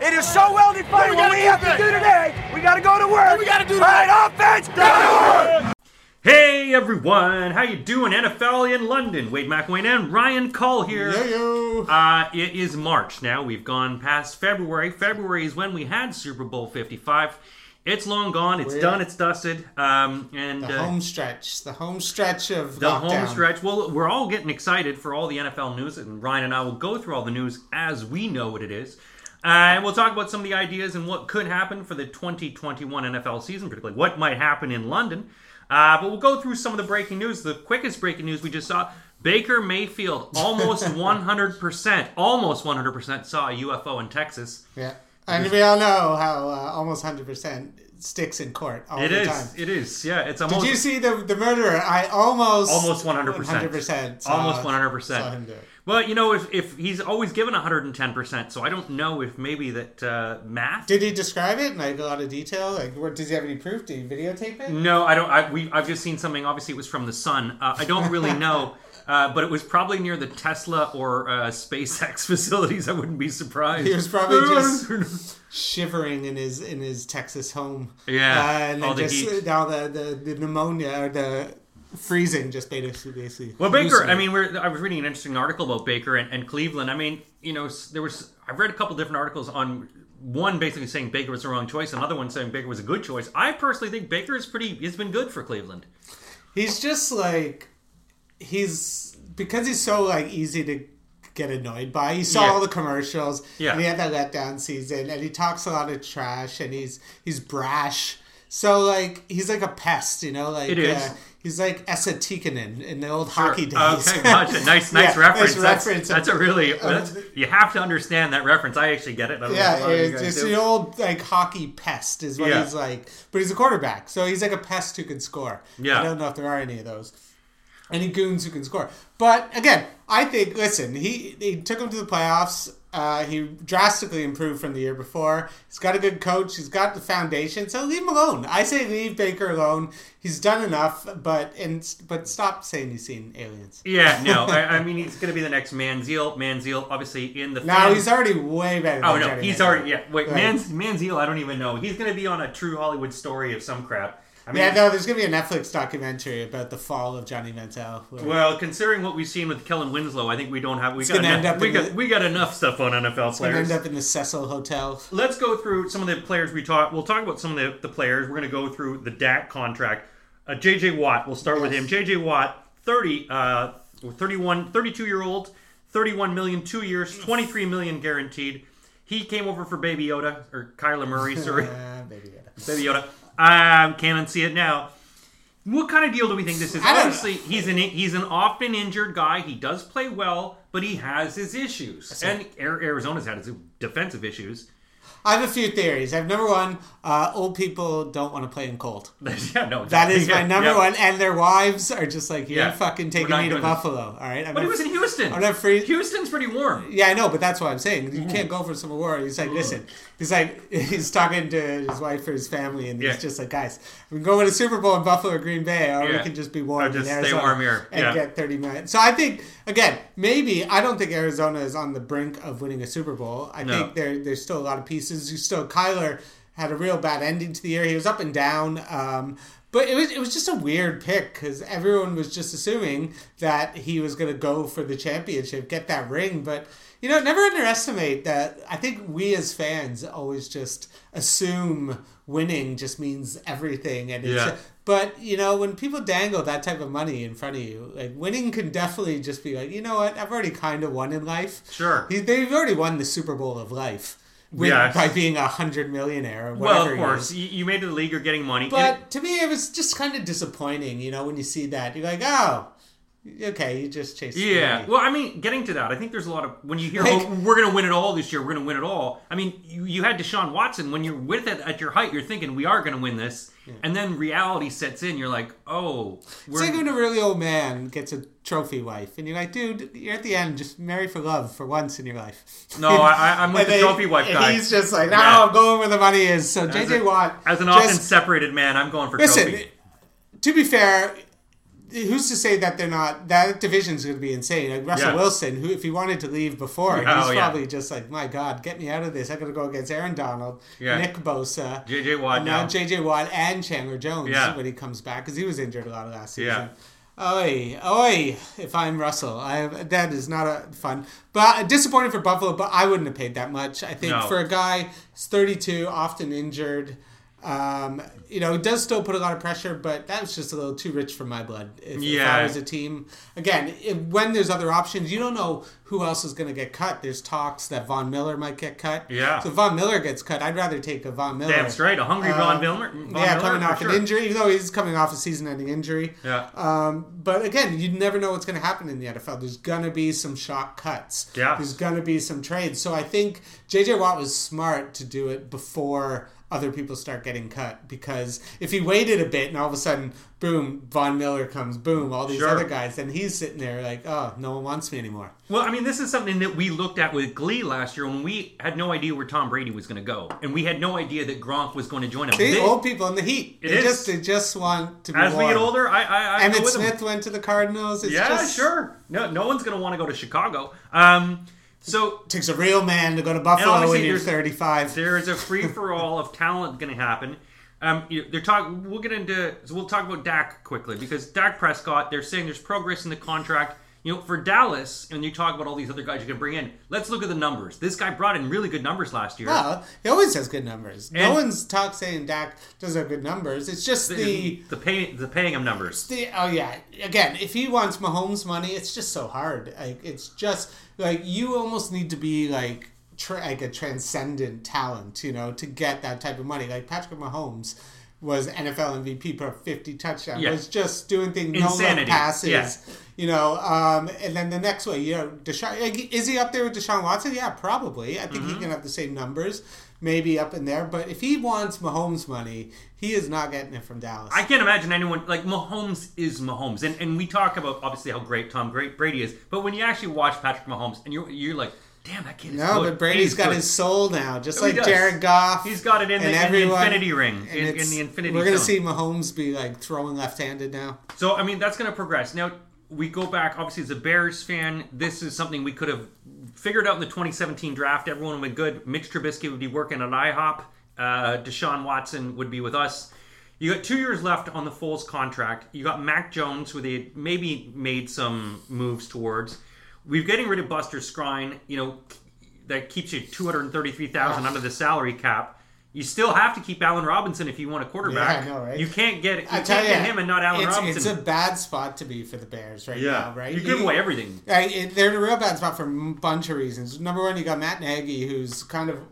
It is so well defined. we What gotta we do have to do today? today, we got to go to work. we gotta do All right, offense, go to work. Hey everyone, how you doing? NFL in London. Wade McWayne and Ryan Call here. Yo. Uh, it is March now. We've gone past February. February is when we had Super Bowl 55. It's long gone. It's We're- done. It's dusted. Um, and The uh, home stretch. The home stretch of the lockdown. home stretch. Well, we're all getting excited for all the NFL news, and Ryan and I will go through all the news as we know what it is. Uh, and we'll talk about some of the ideas and what could happen for the 2021 NFL season, particularly what might happen in London. Uh, but we'll go through some of the breaking news. The quickest breaking news we just saw Baker Mayfield almost 100%, almost 100% saw a UFO in Texas. Yeah. And we all know how uh, almost 100% sticks in court all It the is. time. It is. Yeah, it's almost. Did you see the the murderer? I almost Almost 100%. 100% saw- Almost 100%. saw him do it. Well, you know, if, if he's always given 110%, so I don't know if maybe that uh, math. Did he describe it in like a lot of detail? Like, what, does he have any proof? Did he videotape it? no, I don't. I, we, I've just seen something. Obviously, it was from the sun. Uh, I don't really know, uh, but it was probably near the Tesla or uh, SpaceX facilities. I wouldn't be surprised. He was probably just- Shivering in his in his Texas home. Yeah, uh, and then all the just heat. now the, the the pneumonia or the freezing just made us basically. Well, Baker. I hallucinate. mean, we're, I was reading an interesting article about Baker and, and Cleveland. I mean, you know, s- there was. I've read a couple different articles on one basically saying Baker was the wrong choice, another one saying Baker was a good choice. I personally think Baker is pretty. Has been good for Cleveland. He's just like he's because he's so like easy to get annoyed by. He saw Yeah. all the commercials. Yeah. And he had that letdown season and he talks a lot of trash and he's he's brash. So like he's like a pest, you know, like It is. Uh, he's like Essa Tikkanen in the old hockey days. Okay, gotcha. Nice, nice Yeah, reference. that's, reference. Um, that's a really. That's, you have to understand that reference. I actually get it. I don't know yeah, why you it's guys just do. an old like hockey pest is what Yeah. he's like. But he's a quarterback, so he's like a pest who can score. Yeah. I don't know if there are any of those. Any goons who can score. But again, I think listen, he he took him to the playoffs. Uh, he drastically improved from the year before. He's got a good coach. He's got the foundation. So leave him alone. I say leave Baker alone. He's done enough. But and but stop saying you've seen aliens. yeah, no. I, I mean, he's going to be the next Manziel. Manziel, obviously, in the. Now fan- he's already way better. Oh than no, Johnny he's Manziel. already. Yeah, wait, Right. Manz, Manziel. I don't even know. He's going to be on a true Hollywood story of some crap. I mean, Yeah, no, there's gonna be a Netflix documentary about the fall of Johnny Manziel. where- Well, considering what we've seen with Kellen Winslow, I think we don't have. We got gonna enough, end up we in got the- we got enough stuff on NFL and players. end up in the Cecil Hotel. let's go through some of the players we talk. We'll talk about some of the, the players. We're going to go through the Dak contract. Uh, JJ Watt. We'll start with him. JJ Watt, 30, uh, 31, 32 year old, 31 million, two years, 23 million guaranteed. He came over for Baby Yoda or Kyler Murray. Sorry, Ah, baby Yoda. Baby Yoda. Um, can't unsee it now. What kind of deal do we think this is? I don't know. Obviously, he's an he's an often injured guy. He does play well, but he has his issues. And Ar- Arizona's had his defensive issues. I have a few theories. I have number one: uh, old people don't want to play in cold. yeah, no, That is my yeah, number yeah. one, and their wives are just like, "You're Yeah. fucking We're taking not me to doing this." Buffalo." All right, I'm But he gonna- was in Houston. I'm not free- Houston's pretty warm. Yeah, I know, but that's what I'm saying. You Mm-hmm. can't go for some award. He's Mm. like, listen, he's like, he's talking to his wife or his family, and Yeah. he's just like, guys, we can go to the Super Bowl in Buffalo or Green Bay, or we Yeah. can just be warm Or just in stay Arizona warm here. and Yeah. get 30 million. So I think, again, maybe I don't think Arizona is on the brink of winning a Super Bowl. I No. think there there's still a lot of pieces. You still Kyler had a real bad ending to the year. He was up and down. Um, but it was it was just a weird pick because everyone was just assuming that he was going to go for the championship, get that ring. But you know, never underestimate that. I think we as fans always just assume winning just means everything, and Yeah. it's, but you know, when people dangle that type of money in front of you, like winning can definitely just be like, you know what? I've already kind of won in life. Sure. He, they've already won the Super Bowl of life with, Yes. by being a hundred millionaire or whatever. Well, of he course, is. you, you made it to the league. You're getting money. And But to me, it was just kind of disappointing. You know, when you see that, you're like, oh, okay, you just chased. it- the yeah. money. Well, I mean, getting to that, I think there's a lot of when you hear, Like- "Oh, we're going to win it all this year. We're going to win it all." I mean, you, you had Deshaun Watson when you're with it at your height. You're thinking we are going to win this, and then reality sets in. You're like, "Oh, It's we're." like when a really old man gets a trophy wife, and you're like, dude, you're at the end, just marry for love for once in your life. No, I- I- I'm with And the they- trophy wife and guy. He's just like, no, Yeah. I'm going where the money is. So as JJ a- Watt, as an just- often separated man, I'm going for listen. trophy. To be fair, who's to say that they're not that division's going to be insane? Like Russell Yeah. Wilson, who if he wanted to leave before, Yeah, oh, he's yeah. probably just like, my God, get me out of this. I got to go against Aaron Donald, Yeah. Nick Bosa, J.J. Watt and now now. J.J. Watt and Chandler Jones Yeah. when he comes back because he was injured a lot last season. Yeah. Oi, oi! If I'm Russell, I that is not a fun. But disappointed for Buffalo, but I wouldn't have paid that much. I think No. for a guy who's 32, often injured, um, you know, he does still put a lot of pressure, but that was just a little too rich for my blood. If, if I Yeah. was a team, again, if, when there's other options, you don't know who else is going to get cut. There's talks that Von Miller might get cut. Yeah. So if Von Miller gets cut, I'd rather take a Von Miller. Damn straight, a hungry Von Um, Miller. Von yeah, Miller, coming for off sure. an injury, even though he's coming off a season-ending injury. Yeah. Um, but again, you never know what's going to happen in the NFL. There's going to be some shock cuts. Yeah. There's going to be some trades. So I think J.J. Watt was smart to do it before other people start getting cut because if he waited a bit and all of a sudden, boom, Von Miller comes, boom, all these Sure. other guys, then he's sitting there like, oh, no one wants me anymore. Well, I mean, this is something that we looked at with Glee last year when we had no idea where Tom Brady was going to go, and we had no idea that Gronk was going to join him. These This- old people in the heat, It they is. just they just want to be as we get warm. older, I, I, I go Emmett with him. Smith went to the Cardinals. It's Yeah, just, sure. No, no one's going to want to go to Chicago. Um, so takes a real man to go to Buffalo obviously when you're there's- 35. there is a free for all of talent going to happen. Um, you- they're talking. We'll get into. So we'll talk about Dak quickly because Dak Prescott. They're saying there's progress in the contract. You know, for Dallas, and you talk about all these other guys you can bring in. Let's look at the numbers. This guy brought in really good numbers last year. Well, he always has good numbers. no And- one's talk saying Dak doesn't have good numbers. It's just the, the pay the paying him numbers. the oh yeah. Again, if he wants Mahomes money, it's just so hard. Like it's just like you almost need to be like tra- like a transcendent talent, you know, to get that type of money. Like Patrick Mahomes was NFL MVP per 50 touchdown. Yeah. Was just doing things no look Insanity. passes. Yeah. You know, um, and then the next way, you know, Deshaun, like, is he up there with Deshaun Watson? Yeah, probably. I think he Mm-hmm. can have the same numbers, maybe up in there. But if he wants Mahomes money, he is not getting it from Dallas. I can't imagine anyone like Mahomes is Mahomes, and and we talk about obviously how great Tom Great Brady is, but when you actually watch Patrick Mahomes, and you're you're like, damn, that kid is no, good. but Brady's He's got good. Oh, his soul now, just He like does. Jared Goff. He's got it in the- and in the infinity ring, in- in it's- the infinity We're gonna zone. see Mahomes be like throwing left-handed now. So I mean, that's going to progress. Now we go back. Obviously, as a Bears fan, this is something we could have figured out in the 2017 draft. Everyone would be good. Mitch Trubisky would be working at IHOP. Uh, Deshaun Watson would be with us. You got two years left on the Foles contract. You got Mac Jones, who they maybe made some moves towards. We're getting rid of Buster Scrine. You know that keeps you 233,000 under the salary cap. You still have to keep Allen Robinson if you want a quarterback. know, right? You can't get you I can't tell get you, him and not Allen it's, Robinson. it's a bad spot to be for the Bears right now, right? You give You- away everything. I, it, they're in a real bad spot for a bunch of reasons. Number one, you got Matt Nagy, who's kind of uh,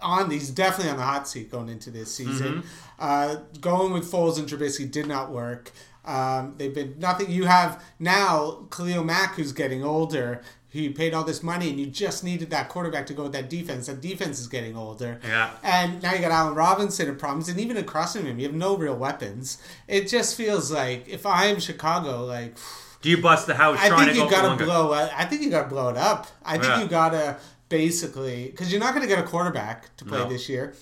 on. He's definitely on the hot seat going into this season. Uh, going with Foles and Trubisky did not work. Um, they've been nothing. You have now Khalil Mack, who's getting older. Who you paid all this money, and you just needed that quarterback to go with that defense. That defense is getting older. Yeah. And now you got Allen Robinson of problems, and even across from him, you have no real weapons. It just feels like if I'm Chicago, like. Do you bust the house I trying think to you go for gotta longer? blow. I I think you gotta blow it up. I think Yeah. you gotta basically because you're not gonna get a quarterback to play No. this year.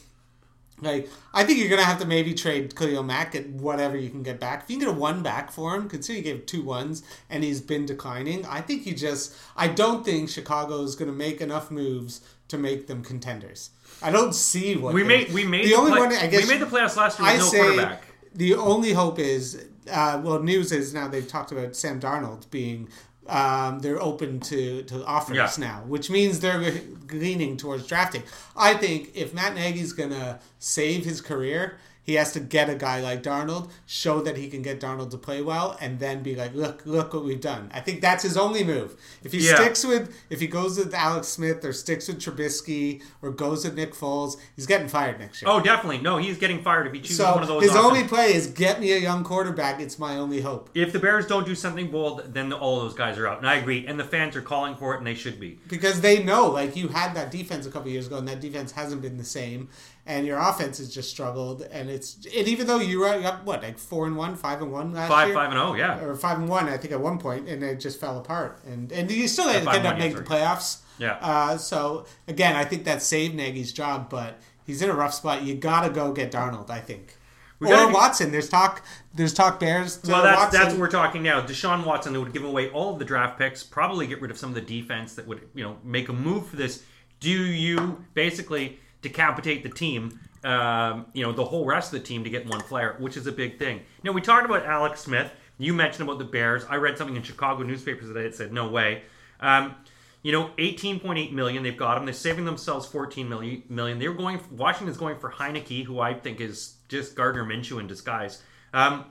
Like I think you're gonna have to maybe trade Khalil Mack at whatever you can get back. If you can get a one back for him, consider you gave two ones and he's been declining. I think you just. I don't think Chicago is gonna make enough moves to make them contenders. I don't see what we they- made we made the the only play- one. I guess we made the playoffs last year with I no say quarterback. the only hope is, uh, well, news is now they've talked about Sam Darnold being. Um, they're open to, to offers Yeah. now, which means they're leaning towards drafting. I think if Matt Nagy's going to save his career, he has to get a guy like Darnold, show that he can get Darnold to play well, and then be like, look, look what we've done. I think that's his only move. If he Yeah. sticks with, if he goes with Alex Smith or sticks with Trubisky or goes with Nick Foles, he's getting fired next year. Oh, definitely. No, he's getting fired if he chooses So one of those. his options. only play is get me a young quarterback. It's my only hope. if the Bears don't do something bold, then all those guys are out, and I agree. And the fans are calling for it, and they should be. Because they know, like, you had that defense a couple years ago, and that defense hasn't been the same, and your offense has just struggled. And it's and even though you were up what like four and one, five and one last Five, year, five, and oh, yeah. or five and one, I think at one point, and it just fell apart. And and you still end five and up one, making the yeah, playoffs. Yeah. Uh, so again, I think that saved Nagy's job, but he's in a rough spot. You got to go get Darnold. I think. We or gotta be- Watson. There's talk. There's talk Bears. To Well, that's Watson. that's what we're talking now. Deshaun Watson that would give away all of the draft picks, probably get rid of some of the defense that would you know make a move for this. Do you basically decapitate the team? Um, you know the whole rest of the team to get one player, which is a big thing. Now we talked about Alex Smith. You mentioned about the Bears. I read something in Chicago newspapers today that said no way. Um, you know, 18.8 million. They've got him. They're saving themselves 14 million. million. They're going. Washington's going for Heineke, who I think is just Gardner Minshew in disguise. Um,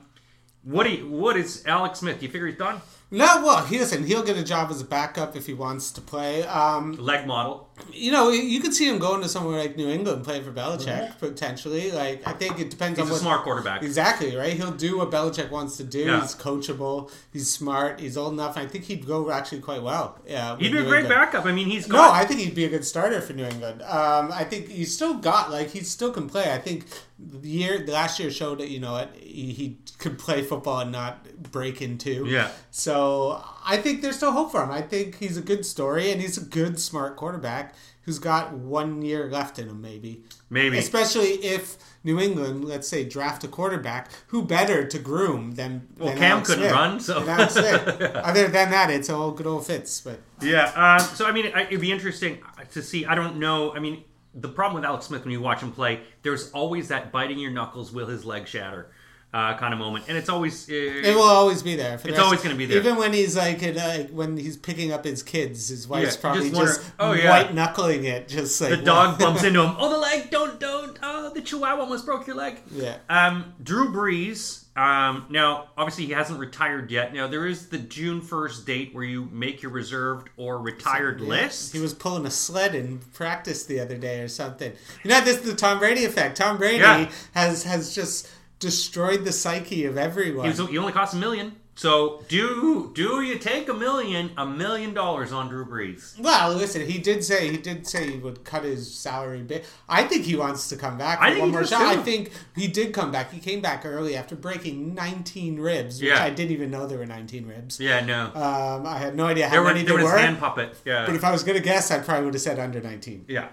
what do you, what is Alex Smith? You figure he's done? No, well, he, listen, he'll get a job as a backup if he wants to play. Um, Leg model. you know, you could see him going to somewhere like New England, playing for Belichick potentially. Like, I think it depends on Mm-hmm. He's a what smart quarterback. Exactly right. He'll do what Belichick wants to do. Yeah. He's coachable. He's smart. He's old enough. I think he'd go actually quite well. Yeah, He'd with be a New great England. backup. I mean, he's No, got. I think he'd be a good starter for New England. Um, I think he's still got like he still can play. I think the year the last year showed that you know what he, he could play football and not break in two. Yeah. So I think there's still hope for him. I think he's a good story and he's a good smart quarterback who's got one year left in him maybe. Maybe. Especially if New England, let's say, draft a quarterback who better to groom than well than Cam Alex couldn't Smith. run, so- Than Alex Smith. other than that, it's all good old fits, but. yeah. Um, so I mean, I- it'd be interesting to see. I don't know. I mean, the problem with Alex Smith when you watch him play, there's always that biting your knuckles, will his leg shatter, uh, kind of moment, and it's always. It Uh, will always be there. For the It's rest- always gonna be there. Even when he's like, in, uh, when he's picking up his kids, his wife's Yeah, probably just just, wonder- oh, yeah. white knuckling it, just like the dog bumps into him. Oh, the leg! Don't, don't! Oh, the chihuahua almost broke your leg. Yeah. Um, Drew Brees. Um, now, obviously, he hasn't retired yet. Now, there is the June first date where you make your reserved or retired list. He was pulling a sled in practice the other day or something. You know, this is the Tom Brady effect. Tom Brady Yeah. has has just destroyed the psyche of everyone. He, was, he only cost a million. So do do you take a million, a million dollars on Drew Brees? well, listen, he did say he did say he would cut his salary. Bit. I think he wants to come back. For I think one he more does shot. too. I think he did come back. He came back early after breaking 19 ribs, which Yeah. I didn't even know there were 19 ribs. Yeah, no. Um, I had no idea how there were many there there was were. hand puppet. Yeah, but if I was going to guess, I probably would have said under 19. yeah.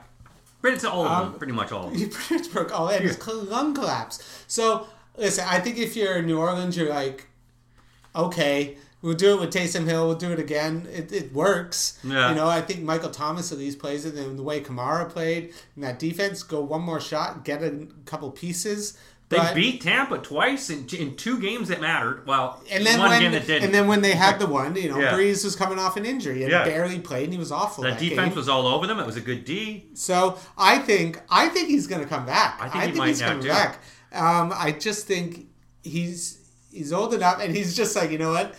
But it's all of Um, them, pretty much all of them. He pretty much broke all and his lung collapse. So, listen, I think if you're in New Orleans, you're like, okay, we'll do it with Taysom Hill, we'll do it again. It, it works. Yeah. You know, I think Michael Thomas at least plays it, and the way Kamara played and that defense, go one more shot, get a couple pieces. They but- beat Tampa twice in, in two games that mattered. Well, and then one when game that didn't. and then when they had the one, you know, Yeah. Breeze was coming off an injury and Yeah. barely played, and he was awful. that That, defense game. was all over them. It was a good D. So I think I think he's going to come back. I think he might he's now, coming too. back. Um, I just think he's he's old enough, and he's just like you know what.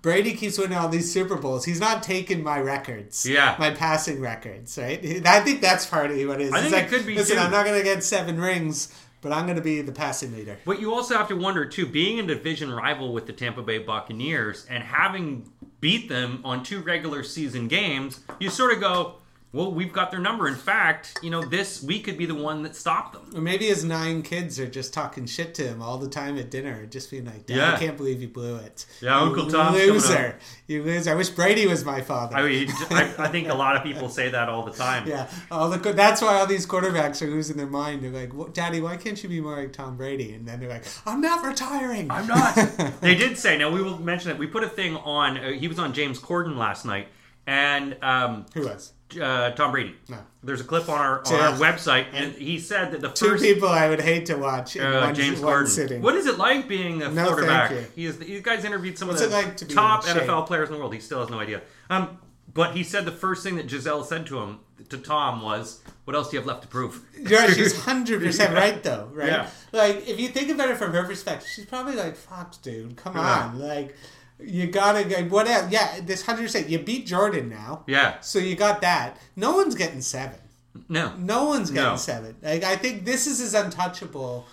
Brady keeps winning all these Super Bowls. He's not taking my records, Yeah. my passing records, right? I think that's partly what it is. I It's think it like, could be, Listen, too." I'm not going to get seven rings, but I'm going to be the passing leader. But you also have to wonder too, being a division rival with the Tampa Bay Buccaneers and having beat them on two regular season games, you sort of go, "Well, we've got their number." In fact, you know, this we could be the one that stopped them. Or maybe his nine kids are just talking shit to him all the time at dinner, just being like, Dad, Yeah. I can't believe you blew it. Yeah, You Uncle Tom's coming up. loser. You loser. I wish Brady was my father. I, mean, I, I think a lot of people say that all the time. Yeah, all the, that's why all these quarterbacks are losing their mind. They're like, "Wha- "Daddy, why can't you be more like Tom Brady?" And then they're like, "I'm not retiring." I'm not. they did say. Now we will mention it. We put a thing on. Uh, he was on James Corden last night, and um, Who was? uh, Tom Brady. No. There's a clip on our on our Yeah. website, and he said that the Two first people I would hate to watch in Uh, one, James one Harden. sitting. What is it like being a No, quarterback? thank you. He is. These guys interviewed some What's of the it like to be top in shape? NFL players in the world. He still has no idea. Um, but he said the first thing that Giselle said to him to Tom was, "What else do you have left to prove?" Yeah, she's hundred percent right though, right? Yeah. Like if you think about it from her perspective, she's probably like, "Fuck, dude, come on, like." You gotta go. What else? Yeah, this hundred percent. You beat Jordan now. Yeah. So you got that. No one's getting seven. No. No one's getting No. seven. Like I think this is as untouchable.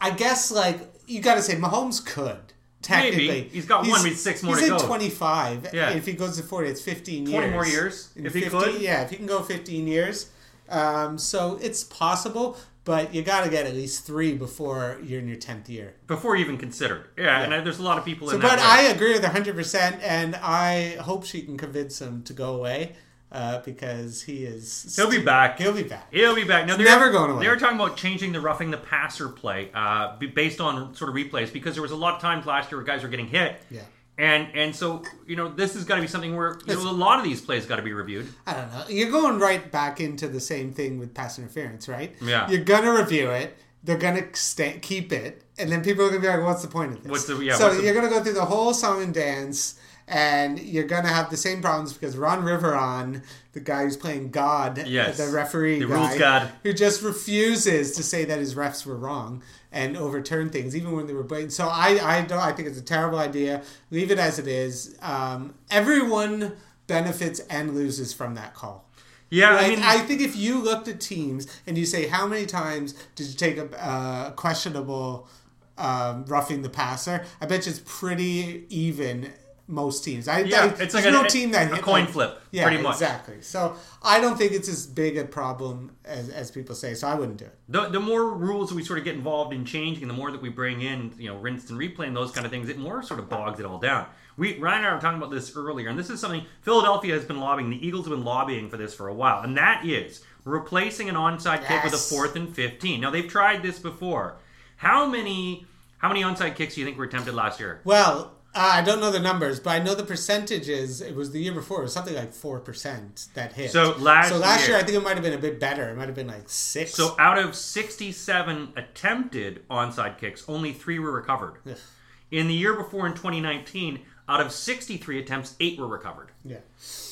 I guess like you got to say Mahomes could technically. He's got one, but six more He's to at go. twenty five. Yeah. If he goes to forty, it's fifteen 20 years. more years, In if he 15 could. Yeah, if he can go fifteen years, um, so it's possible. But you got to get at least three before you're in your tenth year. Before you even considered. Yeah. And I, there's a lot of people in But that. I agree with 100%, and I hope she can convince him to go away. uh, because he is. He'll be back. He'll be back. He'll be back. No, they're never going away. They were talking about changing the roughing the passer play uh, be- based on sort of replays because there was a lot of times last year where guys were getting hit. Yeah. And and so you know this has got to be something where you know, a lot of these plays got to be reviewed. I don't know. You're going right back into the same thing with pass interference, right? Yeah. You're gonna review it. They're gonna sta keep it, and then people are gonna be like, "What's the point of this?" What's the- yeah, so what's the- you're gonna go through the whole song and dance, and you're gonna have the same problems because Ron Riveron, the guy who's playing God, Yes. the referee, The guy, rules god. who just refuses to say that his refs were wrong and overturn things, even when they were blatant. So I, I don't. I think it's a terrible idea. Leave it as it is. Um, everyone benefits and loses from that call. Yeah, Like, I mean, I think if you looked at teams and you say how many times did you take a uh, questionable um, roughing the passer, I bet you it's pretty even. Most teams, I, Yeah, I- it's there's like no an- team that a hit coin like- flip, Yeah, pretty much. exactly. So I don't think it's as big a problem as, as people say. So I wouldn't do it. the, the more rules we sort of get involved in changing, the more that we bring in, you know, rinse and replay and those kind of things, it more sort of bogs it all down. We Ryan and I were talking about this earlier, and this is something Philadelphia has been lobbying. The Eagles have been lobbying for this for a while, and that is replacing an onside kick with a Yes. fourth and fifteen. Now they've tried this before. How many how many onside kicks do you think were attempted last year? Well, uh, I don't know the numbers, but I know the percentages. It was the year before. It was something like four percent that hit. So last so last year, year- I think it might have been a bit better. It might have been like six. So out of 67 attempted onside kicks, only three were recovered. In the year before, in 2019, out of 63 attempts, eight were recovered. yeah,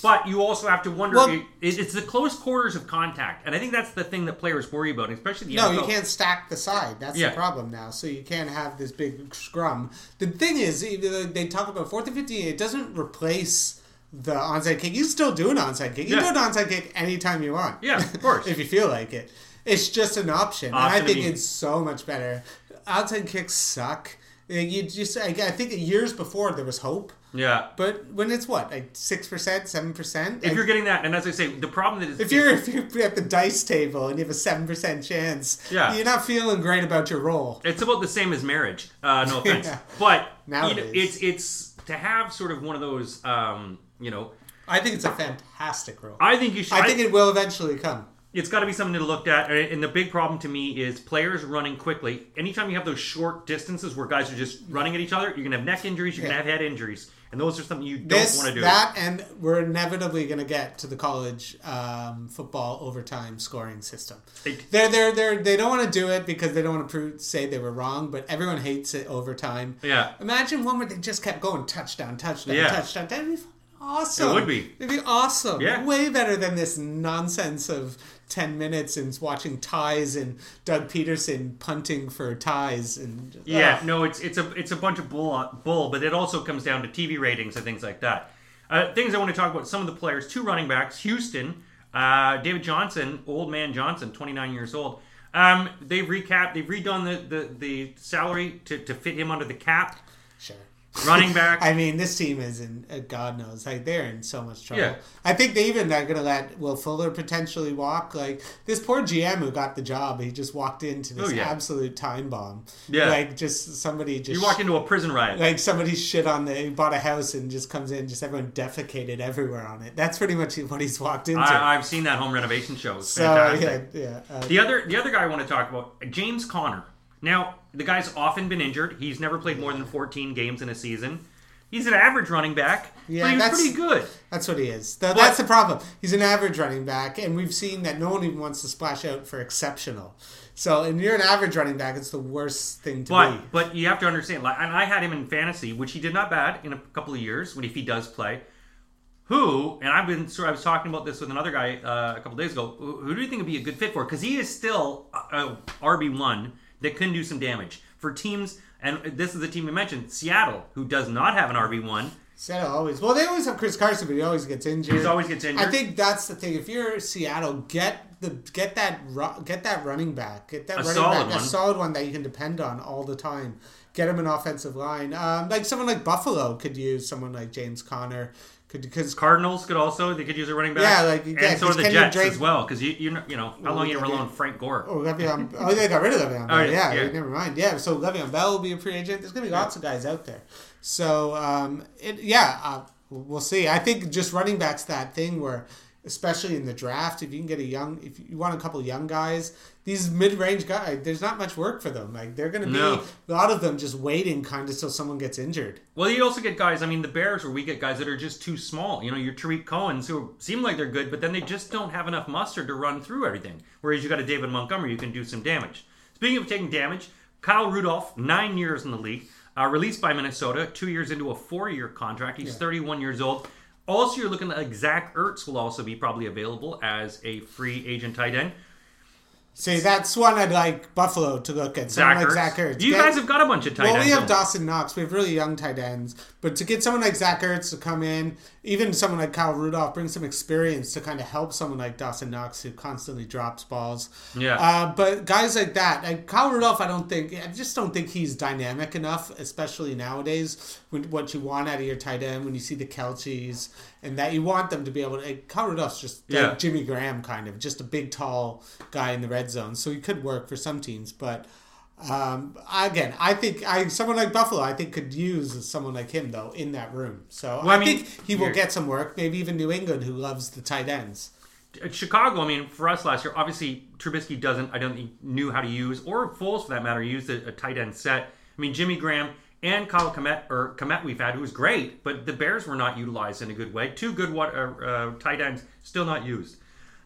But you also have to wonder Well- it, it- it's the close quarters of contact, and I think that's the thing that players worry about, especially the no, NFL. you can't stack the side. That's Yeah. the problem now. So you can't have this big scrum. The thing is, even though they talk about fourth and fifteen. It doesn't replace the onside kick. You can still do an onside kick. You Yeah. can do an onside kick anytime you want. Yeah, of course. if you feel like it. It's just an Option option. and I think immediate. it's so much better. Outside kicks suck. Like, You just, I, I think years before there was hope, Yeah. but when it's what like six percent, seven percent. If you're getting that, and as I say, the problem that is if you're if you're at the dice table and you have a seven percent chance, Yeah. you're not feeling great about your role. It's about the same as marriage. Uh, no offense, Yeah. but you know, Nowadays. it's it's to have sort of one of those. Um, you know, I think it's a fantastic role. I I, think you should. think it will eventually come. it's got to be something to look at. And and the big problem to me is players running quickly. Anytime you have those short distances where guys are just running at each other, you're gonna have neck injuries, you're gonna Yeah. have head injuries, and those are something you don't This, want to do. that, and we're inevitably going to get to the college um, football overtime scoring system. It- They're, they're, they're, they don't want to do it because they don't want to prove, say they were wrong, but everyone hates it overtime. Yeah. Imagine one where they just kept going touchdown, touchdown, Yeah. touchdown. That'd be fucking awesome. It would be. It'd be awesome. Yeah. Way better than this nonsense of 10 minutes and watching ties and Doug Peterson punting for ties. and Yeah, Ugh. no, it's it's a it's a bunch of bull bull, but it also comes down to TV ratings and things like that. Uh, things I want to talk about: some of the players, two running backs, Houston, uh, David Johnson, old man Johnson, 29 years old. Um, they've recapped, they've redone the the, the salary to, to fit him under the cap. oh, Sure. Running back, I mean, this team is in uh, God knows, like they're in so much trouble. Yeah. I think they even are going to let Will Fuller potentially walk. Like this poor GM who got the job, he just walked into this Oh, yeah. absolute time bomb. Yeah. like just somebody just you walk into a prison riot. like somebody shit on the he bought a house and just comes in, just everyone defecated everywhere on it. That's pretty much what he's walked into. I, I've seen that home renovation show. It's so fantastic. yeah, yeah. Uh, The other the other guy I want to talk about, James Conner. Now, the guy's often been injured. He's never played more than 14 games in a season. He's an average running back, Yeah, but he was that's- pretty good. That's what he is. Th- that's the problem. He's an average running back, and we've seen that no one even wants to splash out for exceptional. So, and you're an average running back, it's the worst thing to But be. but you have to understand, like, and I had him in fantasy, which he did not bad in a couple of years. When if he does play, who and I've been sort I was talking about this with another guy uh, a couple days ago. Who, who do you think would be a good fit for? Because he is still uh, RB one that can do some damage for teams. And this is the team we mentioned, Seattle, who does not have an RB one. Seattle always. Well, they always have Chris Carson, but he always gets injured. He always gets injured. I think that's the thing. If you're Seattle, get the get that ru- get that running back, get that running solid back, one. a solid one that you can depend on all the time. Get him an offensive line, um, like someone like Buffalo could use someone like James Conner, could because Cardinals could also they could use a running back. Yeah, like, yeah, and so do 'cause the can you Jets Drake- Oh, as well because you you know, you know how long you yeah, rely on yeah. Frank Gore. Oh, Le'Veon. oh, they got rid of Le'Veon. Bell. Oh, yeah, yeah, yeah. never mind. Yeah, so Le'Veon Bell will be a free agent. There's gonna be lots of guys out there. So, um, it, yeah, uh, we'll see. I think just running backs that thing where especially in the draft. If you can get a young, if you want a couple young guys, these mid-range guys, there's not much work for them. Like they're going to be No. a lot of them just waiting, kind of, till someone gets injured. Well, you also get guys. I mean, the Bears, where we get guys that are just too small. You know, your Tariq Cohen's, who seem like they're good, but then they just don't have enough mustard to run through everything. Whereas you got a David Montgomery, you can do some damage. Speaking of taking damage, Kyle Rudolph, nine years in the league, uh, released by Minnesota, two years into a four-year contract. He's 31 years old. Also, you're looking at Zach Ertz will also be probably available as a free agent tight end. See, that's one I'd like Buffalo to look at. Someone like Zach Ertz. You Get- guys have got a bunch of tight Well, ends. we have don't you? Dawson Knox. We have really young tight ends. But to get someone like Zach Ertz to come in, even someone like Kyle Rudolph, bring some experience to kind of help someone like Dawson Knox who constantly drops balls. Yeah. Uh, but guys like that, like Kyle Rudolph, I don't think, I just don't think he's dynamic enough, especially nowadays, with what you want out of your tight end when you see the Kelchis and that you want them to be able to. Like, Kyle Rudolph's just Yeah. like Jimmy Graham, kind of, just a big, tall guy in the red zone. So he could work for some teams, but. Um, again, I think I someone like Buffalo, I think could use someone like him though in that room. So I, I mean, think he will here- get some work. Maybe even New England, who loves the tight ends. at Uh, Chicago, I mean, for us last year, obviously Trubisky doesn't, I don't think, knew how to use, or Foles for that matter, used a, a tight end set. I mean, Jimmy Graham and Kyle Komet, or Komet we've had, who was great, but the Bears were not utilized in a good way. Two good what, uh, uh, tight ends, still not used.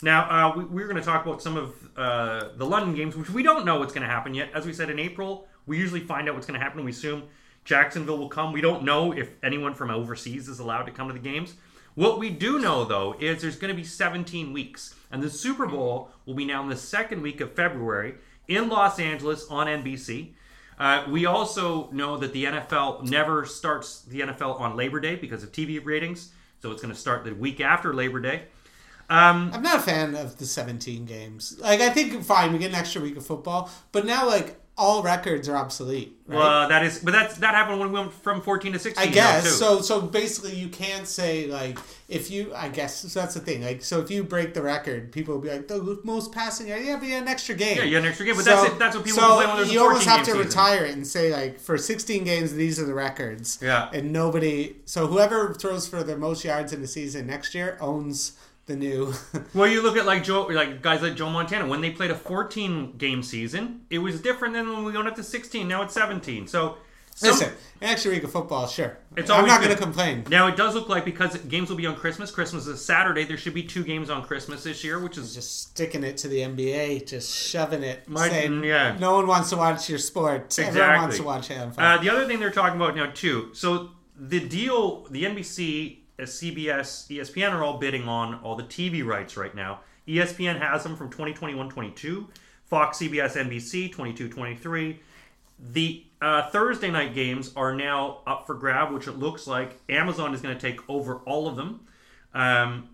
Now, uh, we, we're going to talk about some of uh, the London games, which we don't know what's going to happen yet. As we said in April, we usually find out what's going to happen. We assume Jacksonville will come. We don't know if anyone from overseas is allowed to come to the games. What we do know, though, is there's going to be 17 weeks, and the Super Bowl will be now in the second week of February in Los Angeles on NBC. Uh, we also know that the NFL never starts the NFL on Labor Day because of TV ratings, so it's going to start the week after Labor Day. I'm not a fan of the 17 games. Like I think fine, we get an extra week of football, but now like all records are obsolete. Right? Well, uh, that is, but that's that happened when we went from 14 to 16. I now, guess too. so. So basically, you can't say like if you. I guess so that's the thing. Like so, if you break the record, people will be like the most passing. Yeah, but you had an extra game. Yeah, you had an extra game, but that's it. That's what people so complain when there's a you almost 14 have to game season. retire it and say like for 16 games, these are the records. Yeah. and nobody. So whoever throws for the most yards in a season next year owns the new. Well, you look at like Joe, like guys like Joe Montana. When they played a 14 game season, it was different than when we went up to 16. Now it's 17. So some- Listen, an extra week of football, sure. It's I'm always not good. going to complain. now it does look like because games will be on Christmas. Christmas is Saturday. There should be two games on Christmas this year, which is Just sticking it to the NBA, just shoving it. My- saying, yeah. No one wants to watch your sport. Everyone wants to watch NFL. Uh, the other thing they're talking about now too. So the deal, the NBC, uh, CBS, ESPN are all bidding on all the TV rights right now. E ESPN has them from 2021-22, Fox, CBS, NBC 22-23. The uh, Thursday night games are now up for grab, which it looks like Amazon is going to take over all of them. Um,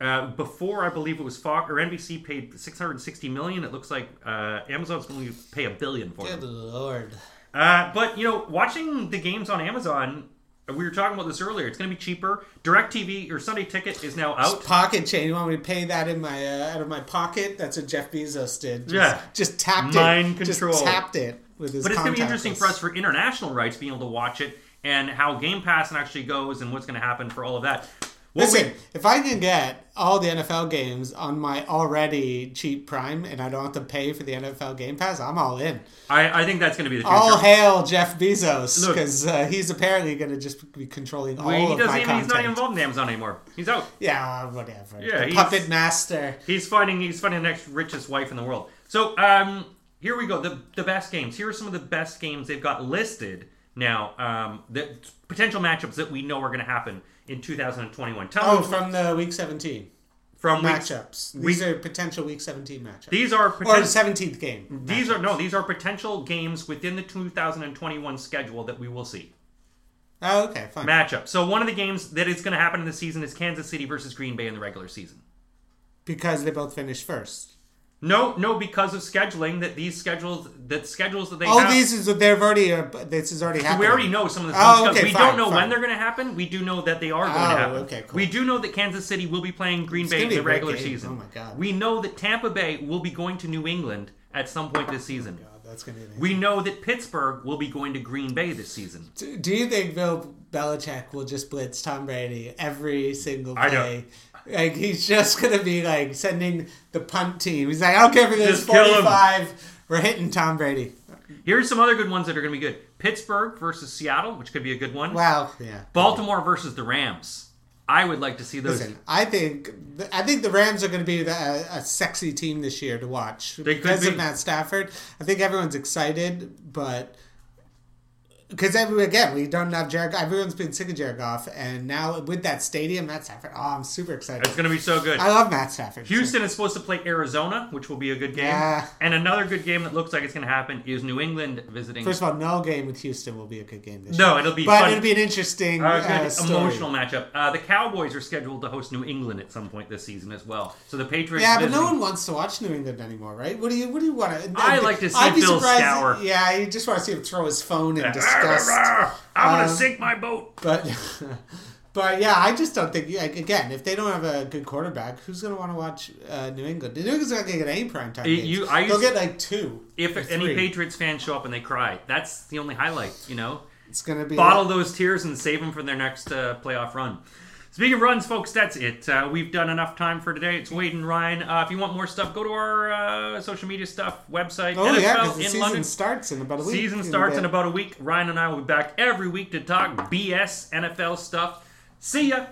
uh, before I believe it was Fox or NBC paid 660 million. It looks like uh, Amazon's going to pay a billion for them. Good lord. Uh, but you know, watching the games on Amazon, we were talking about this earlier. It's going to be cheaper. DirecTV or Sunday Ticket is now out. Pocket change. You want me to pay that in my uh, out of my pocket? That's what Jeff Bezos did. Just, Yeah. just tapped Mind it. control. Just tapped it with his. But it's going to be contact interesting list. for us for international rights being able to watch it and how Game Pass actually goes and what's going to happen for all of that. What Listen, if I can get all the NFL games on my already cheap Prime, and I don't have to pay for the NFL Game Pass, I'm all in. we, I, I think that's going to be the future. All hail Jeff Bezos Look. because uh, he's apparently going to just be controlling all Well, he of my doesn't even, he's content. not even involved in Amazon anymore. He's out. yeah, whatever. Yeah, The he's- puppet master. He's finding he's finding the next richest wife in the world. So um, here we go. The the best games. Here are some of the best games they've got listed now. Um, the potential matchups that we know are going to happen in 2021. Tell Oh, me from the week 17 from weeks- matchups. These week- are potential week 17 matchups. These are or potential. 17th game. These are no. These are potential games within the 2021 schedule that we will see. Oh, okay, fine. Matchup. So one of the games that is going to happen in the season is Kansas City versus Green Bay in the regular season. because they both finished first. No, no, because of scheduling that these schedules that schedules that they Oh, have. these is they've already uh, this is already happening. We already know some of this. Oh, stuff. okay, we fine, don't know fine. when they're going to happen. We do know that they are going Oh, to happen. okay, cool. We do know that Kansas City will be playing Green Bay gonna in be a the great regular game. season. Oh my God. We know that Tampa Bay will be going to New England at some point this season. Oh God, that's gonna be. we know that Pittsburgh will be going to Green Bay this season. Do- Do you think Bill Belichick will just blitz Tom Brady every single I play? don't- Like he's just gonna be like sending the punt team. He's like, I don't care if it's Just kill him. forty-five. We're hitting Tom Brady. Here's some other good ones that are going to be good. Pittsburgh versus Seattle, which could be a good one. Wow. Yeah. Baltimore versus the Rams. I would like to see those. Listen, I think I think the Rams are going to be the, a, a sexy team this year to watch They could because be. of Matt Stafford. I think everyone's excited, but because every again we don't have Jared. Everyone's been sick of Jared Goff, and now with that stadium, Matt Stafford. Oh, I'm super excited. It's going to be so good. I love Matt Stafford. Houston is supposed to play Arizona, which will be a good game. Yeah. And another good game that looks like it's going to happen is New England visiting. First of all, no game with Houston will be a good game this year. no, it'll be but fun. it'll be an interesting a uh, good story. emotional matchup. Uh, the Cowboys are scheduled to host New England at some point this season as well. So the Patriots. Yeah, but visiting- no one wants to watch New England anymore, right? What do you What do you want to? I like to see I'd be Bill surprised- Scour. Yeah, you just want to see him throw his phone in disgust. I'm gonna Um, sink my boat. but, but yeah, I just don't think. Like, again, if they don't have a good quarterback, who's going to want to watch uh, New England? New England's not going to get any primetime You- games. you- I They'll used- get like two. If or any three. Patriots fans show up and they cry, that's the only highlight. You know, it's going to be bottle those tears and save them for their next uh, playoff run. Speaking of runs, folks, that's it. Uh, we've done enough time for today. It's Wade and Ryan. Uh, if you want more stuff, go to our uh, social media stuff website. Oh yeah, NFL because the in season London. starts in about a week. Season starts a in bit. about a week. Ryan and I will be back every week to talk BS NFL stuff. See ya.